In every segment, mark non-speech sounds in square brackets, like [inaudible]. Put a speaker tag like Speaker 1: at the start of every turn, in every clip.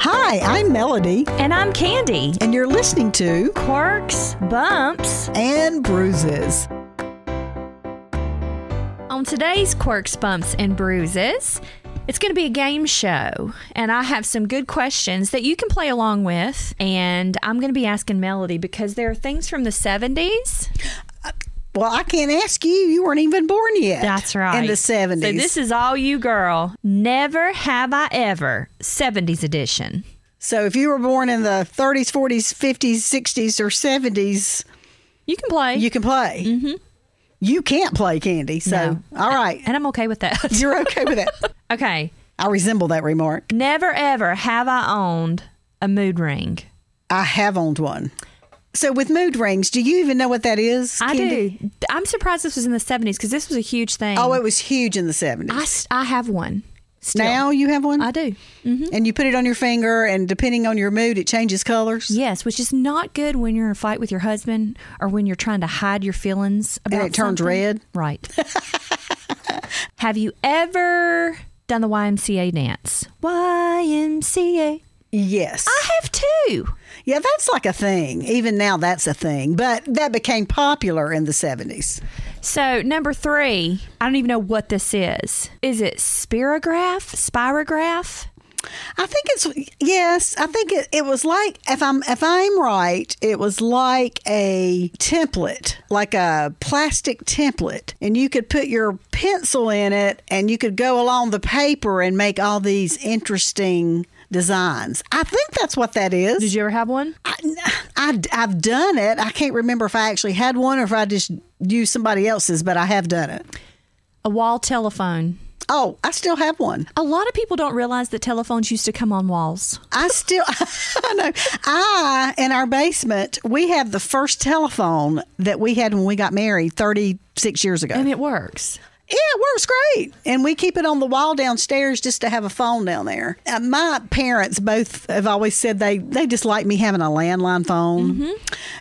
Speaker 1: Hi, I'm Melody,
Speaker 2: And I'm Candy.
Speaker 1: and you're listening to
Speaker 2: Quirks, bumps.
Speaker 1: And Bruises.
Speaker 2: On today's Quirks, Bumps, and Bruises, it's going to be a game show. And I have some good questions that you can play along with. And I'm going to be asking Melody because there are things from the 70s.
Speaker 1: Well, I can't ask you. You weren't even born yet. In the 70s.
Speaker 2: So this is all you, girl. Never have I ever. 70s edition.
Speaker 1: So if you were born in the 30s, 40s, 50s, 60s, or 70s,
Speaker 2: You can play.
Speaker 1: you can play. Mm-hmm. You can't play candy. So,
Speaker 2: No.
Speaker 1: all right. [laughs]
Speaker 2: and I'm okay with [laughs] that.
Speaker 1: You're okay with it.
Speaker 2: okay.
Speaker 1: I resemble that remark.
Speaker 2: Never ever have I owned a mood ring.
Speaker 1: I have owned one. So, with mood rings, do you even know what that is?
Speaker 2: I
Speaker 1: Candy?
Speaker 2: do. I'm surprised this was in the 70s because this was a huge thing.
Speaker 1: Oh, it was huge in the 70s.
Speaker 2: I, s- I have one. Still.
Speaker 1: now you have one?
Speaker 2: I do.
Speaker 1: And you put it on your finger, and depending on your mood, it changes colors.
Speaker 2: Yes, which is not good when you're in a fight with your husband or when you're trying to hide your feelings about
Speaker 1: it turns
Speaker 2: something.
Speaker 1: red? [laughs]
Speaker 2: Right. have you ever done the YMCA dance? YMCA.
Speaker 1: Yes.
Speaker 2: I have too.
Speaker 1: Ah. Yeah, that's like a thing. Even now, that's a thing. But that became popular in the 70s.
Speaker 2: So, number three, I don't even know what this is. Is it spirograph? Spirograph?
Speaker 1: I think it's yes. I think it, it was like if I'm if I'm right, it was like a template, like a plastic template, and you could put your pencil in it, and you could go along the paper and make all these interesting designs. I think that's what that is.
Speaker 2: Did you ever have one?
Speaker 1: I, have done it. I can't remember if I actually had one or if I just used somebody else's, but I have done it.
Speaker 2: A wall telephone.
Speaker 1: Oh, I still have one.
Speaker 2: A lot of people don't realize that telephones used to come on walls.
Speaker 1: I still, [laughs] I know. I, in our basement, we have the first telephone that we had when we got married 36 years ago.
Speaker 2: And it works.
Speaker 1: Yeah, it works great. And we keep it on the wall downstairs just to have a phone down there. Uh, my parents both have always said they, they just like me having a landline phone.
Speaker 2: Mm-hmm.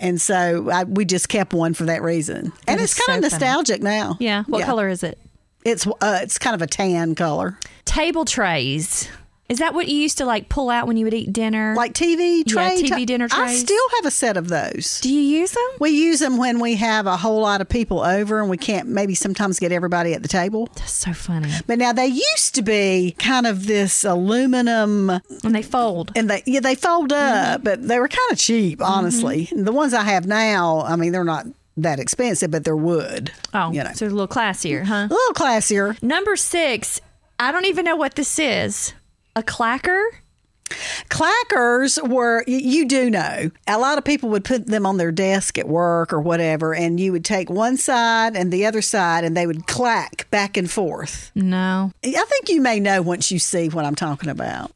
Speaker 1: And so I, we just kept one for that reason. and
Speaker 2: is
Speaker 1: it's kind of
Speaker 2: so funny.
Speaker 1: nostalgic now.
Speaker 2: Yeah. What color is it?
Speaker 1: It's, uh, it's kind of a tan color.
Speaker 2: Table trays. Is that what you used to like pull out when you would eat dinner?
Speaker 1: Like TV
Speaker 2: Yeah,
Speaker 1: tray.
Speaker 2: TV dinner
Speaker 1: I
Speaker 2: trays.
Speaker 1: still have a set of those.
Speaker 2: do you use them?
Speaker 1: We use them when we have a whole lot of people over and we can't maybe sometimes get everybody at the table.
Speaker 2: That's so funny.
Speaker 1: But now they used to be kind of this aluminum
Speaker 2: And they fold.
Speaker 1: and they yeah, they fold up, but they were kind of cheap, honestly. And The ones I have now, I mean, they're not that expensive, but they're wood.
Speaker 2: Oh,
Speaker 1: you know.
Speaker 2: so they're a little classier, huh?
Speaker 1: a little classier.
Speaker 2: Number six. I don't even know what this is. A clacker?
Speaker 1: Clackers were, y- you do know, a lot of people would put them on their desk at work or whatever, and you would take one side and the other side, and they would clack back and forth.
Speaker 2: No.
Speaker 1: I think you may know once you see what I'm talking about.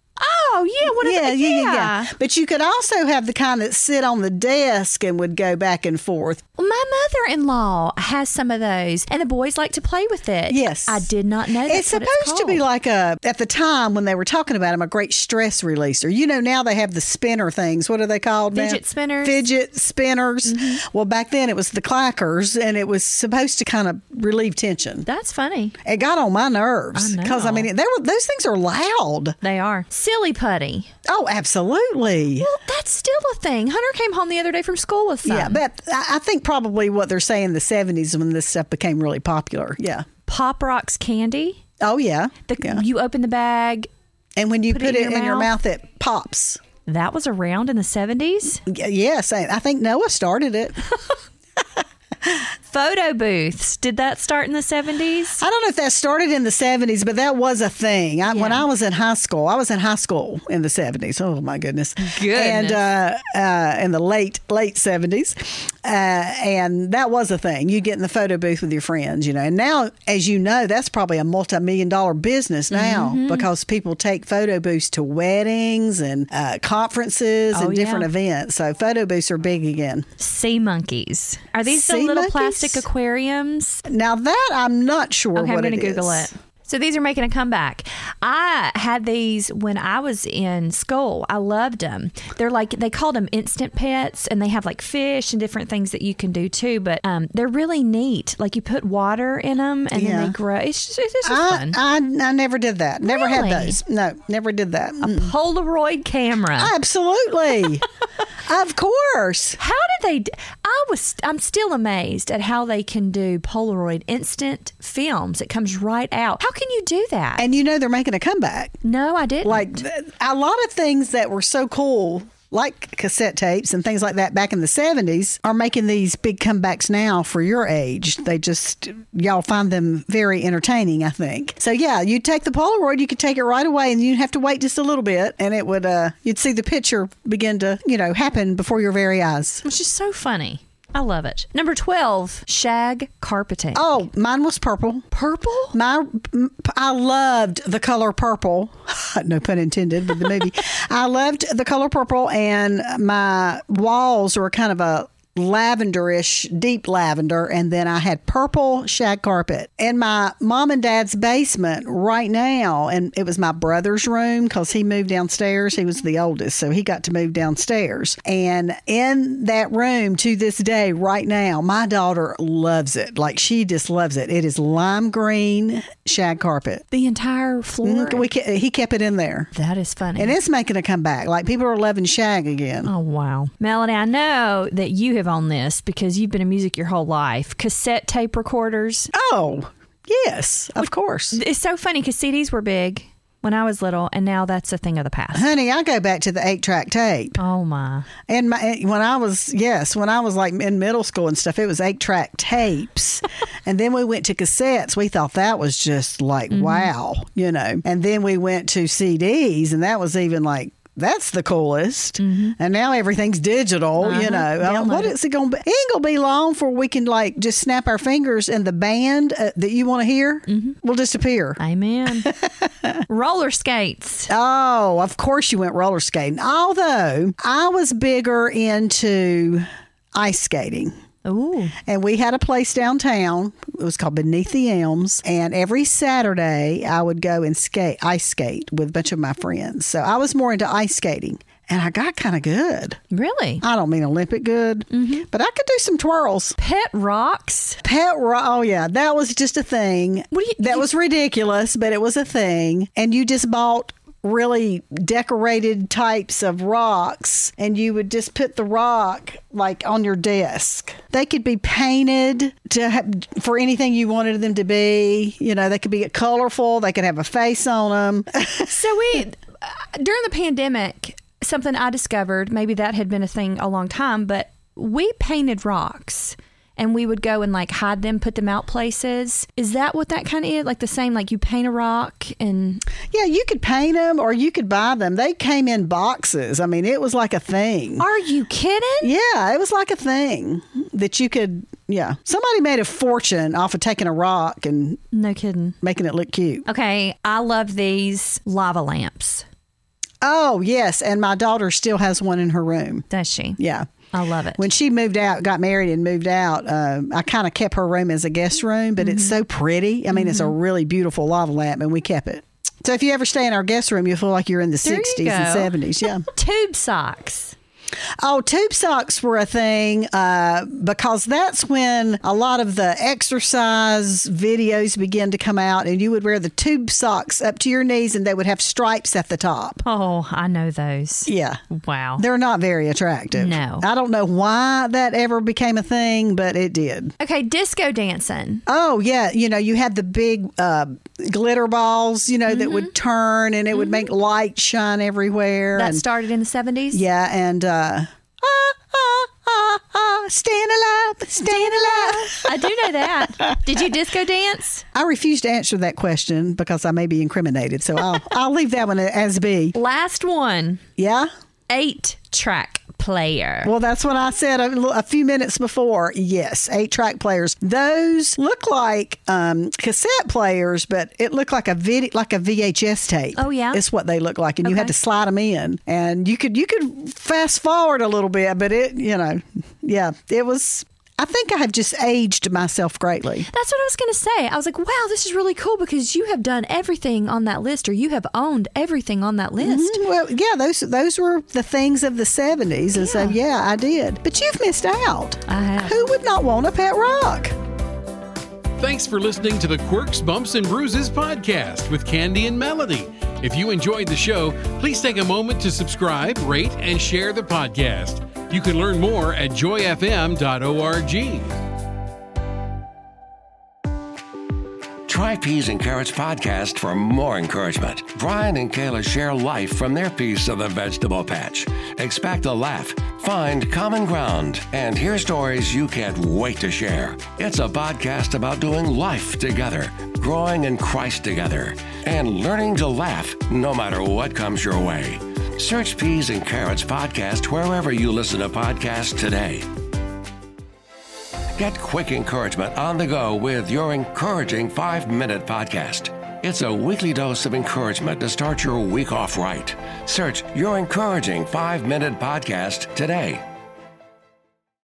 Speaker 2: Oh yeah. What?
Speaker 1: Yeah,
Speaker 2: Yeah,
Speaker 1: yeah, yeah,
Speaker 2: yeah.
Speaker 1: yeah. But you could also have the kind that sit on the desk and would go back and forth.
Speaker 2: Well, My mother-in-law has some of those, and the boys like to play with it.
Speaker 1: Yes.
Speaker 2: I did not know.
Speaker 1: It's
Speaker 2: that's what
Speaker 1: supposed to be
Speaker 2: called.
Speaker 1: like a, at the time when they were talking about them, a great stress releaser. You know, now they have the spinner things. What are they called now?
Speaker 2: Fidget spinners. Mm-hmm.
Speaker 1: Fidget spinners. Well, back then it was the clackers, and it was supposed to kind of relieve tension.
Speaker 2: That's funny.
Speaker 1: It got on my nerves
Speaker 2: I
Speaker 1: because I,
Speaker 2: know.
Speaker 1: mean, they were those things are loud.
Speaker 2: They are. Silly putty.
Speaker 1: Oh, absolutely.
Speaker 2: Well, that's still a thing. Hunter came home the other day from school with some.
Speaker 1: Yeah, but I I think probably what they're saying in the 70s when this stuff became really popular. Yeah.
Speaker 2: Pop Rocks candy.
Speaker 1: Oh, yeah.
Speaker 2: The,
Speaker 1: yeah.
Speaker 2: You open the bag.
Speaker 1: And when you put,
Speaker 2: put it
Speaker 1: it,
Speaker 2: in
Speaker 1: in
Speaker 2: your
Speaker 1: your
Speaker 2: mouth?
Speaker 1: mouth, it pops.
Speaker 2: That was around in the 70s.
Speaker 1: Y- Yes. I I think Noah started it.
Speaker 2: Photo booths. Did that start in the 70s?
Speaker 1: I don't know if that started in the 70s, but that was a thing. I, When
Speaker 2: Yeah.
Speaker 1: I was in high school, I was in high school in the 70s. Oh, my goodness.
Speaker 2: Goodness.
Speaker 1: And uh, uh, in the late, late 70s. Uh, and that was a thing. You'd get in the photo booth with your friends, you know. And now, as you know, that's probably a multi million dollar
Speaker 2: Mm-hmm.
Speaker 1: business now because people take photo booths to weddings and uh, conferences
Speaker 2: Oh,
Speaker 1: and different
Speaker 2: yeah.
Speaker 1: events. So photo booths are big again.
Speaker 2: Sea monkeys. Are these
Speaker 1: Sea
Speaker 2: the little
Speaker 1: monkeys?
Speaker 2: plastic aquariums?
Speaker 1: Now, that I'm not sure
Speaker 2: Okay,
Speaker 1: what
Speaker 2: I'm going
Speaker 1: it
Speaker 2: to Google
Speaker 1: is.
Speaker 2: it. So these are making a comeback. I had these when I was in school. I loved them. They're like they called them instant pets, and they have like fish and different things that you can do too. But um, they're really neat. Like you put water in them, and
Speaker 1: Yeah.
Speaker 2: then they grow. It's just, it's just
Speaker 1: I,
Speaker 2: fun.
Speaker 1: I, I never did that. Never had
Speaker 2: Really? Um,
Speaker 1: those. No, never did that.
Speaker 2: Polaroid camera. [laughs]
Speaker 1: Absolutely. of course.
Speaker 2: how did they? d- I was. I'm still amazed at how they can do Polaroid instant films. It comes right out. How can you do that?
Speaker 1: And you know they're making a comeback.
Speaker 2: no, I didn't.
Speaker 1: Like th- a lot of things that were so cool, like cassette tapes and things like that back in the 70s, are making these big comebacks now for your age. They just, y'all find them very entertaining, I think. So, yeah, you take the Polaroid, you could take it right away, and you'd have to wait just a little bit, and it would, uh, you'd see the picture begin to, you know, happen before your very eyes.
Speaker 2: which is so funny. I love it. Number 12, shag carpeting.
Speaker 1: Oh, mine was purple.
Speaker 2: purple?
Speaker 1: My, m- I loved the color purple. [laughs] no pun intended with the movie. I loved the color purple, and my walls were kind of a lavenderish, deep lavender, and then I had purple shag carpet in my mom and dad's basement right now, and it was my brother's room because he moved downstairs. He was the oldest, so he got to move downstairs, and in that room to this day, right now, my daughter loves it. Like she just loves it. It is lime green shag carpet.
Speaker 2: The entire floor?
Speaker 1: We ke- he kept it in there.
Speaker 2: that is funny.
Speaker 1: Mm-hmm. And it's making a comeback. Like people are loving shag again.
Speaker 2: oh, wow. Melody, I know that you have owned this because you've been in music your whole life. Cassette tape recorders.
Speaker 1: Oh, yes, of course.
Speaker 2: It's so funny because CDs were big when I was little, and now that's a thing of
Speaker 1: [laughs]
Speaker 2: the past.
Speaker 1: Honey, I go back to the eight track tape.
Speaker 2: Oh, my.
Speaker 1: And my, when I was, yes, when I was like in middle school and stuff, it was eight track tapes. and then we went to cassettes. We thought that was just like, wow, you know. And then we went to CDs, and that was even like, that's the coolest. And now everything's digital, you know. Uh,
Speaker 2: Download
Speaker 1: What
Speaker 2: it.
Speaker 1: is it going to be? It ain't going to be long for we can like just snap our fingers and the band uh, that you want to hear will disappear. [laughs]
Speaker 2: Amen. Roller skates.
Speaker 1: Oh, of course you went roller skating. Although I was bigger into ice skating.
Speaker 2: Ooh.
Speaker 1: And we had a place downtown. It was called Beneath the Elms. And every Saturday, I would go and skate, ice skate with a bunch of my friends. So I was more into ice skating. And I got kind of good.
Speaker 2: Really?
Speaker 1: I don't mean Olympic good, but I could do some twirls.
Speaker 2: Pet rocks.
Speaker 1: Pet ro Oh, yeah. That was just a thing.
Speaker 2: What do you-
Speaker 1: that
Speaker 2: you-
Speaker 1: was ridiculous, but it was a thing. And you just bought really decorated types of rocks and you would just put the rock like on your desk. They could be painted to ha- for anything you wanted them to be. You know, they could be colorful, they could have a face on them.
Speaker 2: So we uh, during the pandemic, something I discovered, maybe that had been a thing a long time, but we painted rocks and we would go and like hide them, put them out places. Is that what that kind of is? Like the same like you paint a rock and
Speaker 1: [laughs] yeah, you could paint them or you could buy them. They came in boxes. I mean, it was like a thing.
Speaker 2: Are you kidding?
Speaker 1: Yeah, it was like a thing that you could. Yeah, somebody made a fortune off of taking a rock and
Speaker 2: No kidding.
Speaker 1: making it look cute.
Speaker 2: Okay, I love these lava lamps.
Speaker 1: Oh yes, and my daughter still has one in her room.
Speaker 2: Does she?
Speaker 1: Yeah.
Speaker 2: I love it.
Speaker 1: When she moved out, got married and moved out, uh, I kind of kept her room as a guest room, but it's
Speaker 2: Mm-hmm.
Speaker 1: so pretty. I mean, it's a really beautiful lava lamp, and we kept it. So if you ever stay in our guest room, you'll feel like you're in the
Speaker 2: There you
Speaker 1: 60s and
Speaker 2: go.
Speaker 1: 70s. Yeah.
Speaker 2: Tube socks.
Speaker 1: Oh, tube socks were a thing uh, because that's when a lot of the exercise videos began to come out, and you would wear the tube socks up to your knees, and they would have stripes at the top.
Speaker 2: Oh, I know those.
Speaker 1: Yeah.
Speaker 2: Wow.
Speaker 1: They're not very attractive.
Speaker 2: No.
Speaker 1: I don't know why that ever became a thing, but it did.
Speaker 2: Okay, disco dancing.
Speaker 1: Oh, yeah. You know, you had the big uh, glitter balls, you know, that would turn and it would make light shine everywhere.
Speaker 2: That
Speaker 1: and-
Speaker 2: started in the 70s.
Speaker 1: Yeah, and uh, ah, ah, ah, ah, staying alive, staying alive.
Speaker 2: I do know that. Did you disco dance?
Speaker 1: I refuse to answer that question because I may be incriminated, so I'll I'll leave that one as be.
Speaker 2: Last one,
Speaker 1: Yeah.
Speaker 2: eight track player.
Speaker 1: Well, that's what I said a, li- a few minutes before. Yes, eight track players. Those look like um, cassette players, but it looked like a vid- like a VHS tape.
Speaker 2: Oh, yeah?
Speaker 1: is what they look like, and you had
Speaker 2: Okay.
Speaker 1: to slide them in, and you could you could fast forward a little bit, but it you know, yeah, it was. I think I have just aged myself greatly.
Speaker 2: That's what I was going to say. I was like, wow, this is really cool because you have done everything on that list or you have owned everything on that list.
Speaker 1: Mm, Well, yeah, those those were the things of the 70s. And so, yeah, I did. But you've missed out.
Speaker 2: I have.
Speaker 1: Who would not want a pet rock?
Speaker 3: Thanks for listening to the Quirks, Bumps, and Bruises podcast with Candy and Melody. If you enjoyed the show, please take a moment to subscribe, rate, and share the podcast. You can learn more at joyfm.org.
Speaker 4: Try Peas and Carrots podcast for more encouragement. Brian and Kayla share life from their piece of the vegetable patch. Expect a laugh, find common ground, and hear stories you can't wait to share. It's a podcast about doing life together, growing in Christ together, and learning to laugh no matter what comes your way. Search Peas and Carrots podcast wherever you listen to podcasts today. Get quick encouragement on the go with your encouraging five minute podcast. It's a weekly dose of encouragement to start your week off right. Search your encouraging five minute podcast today.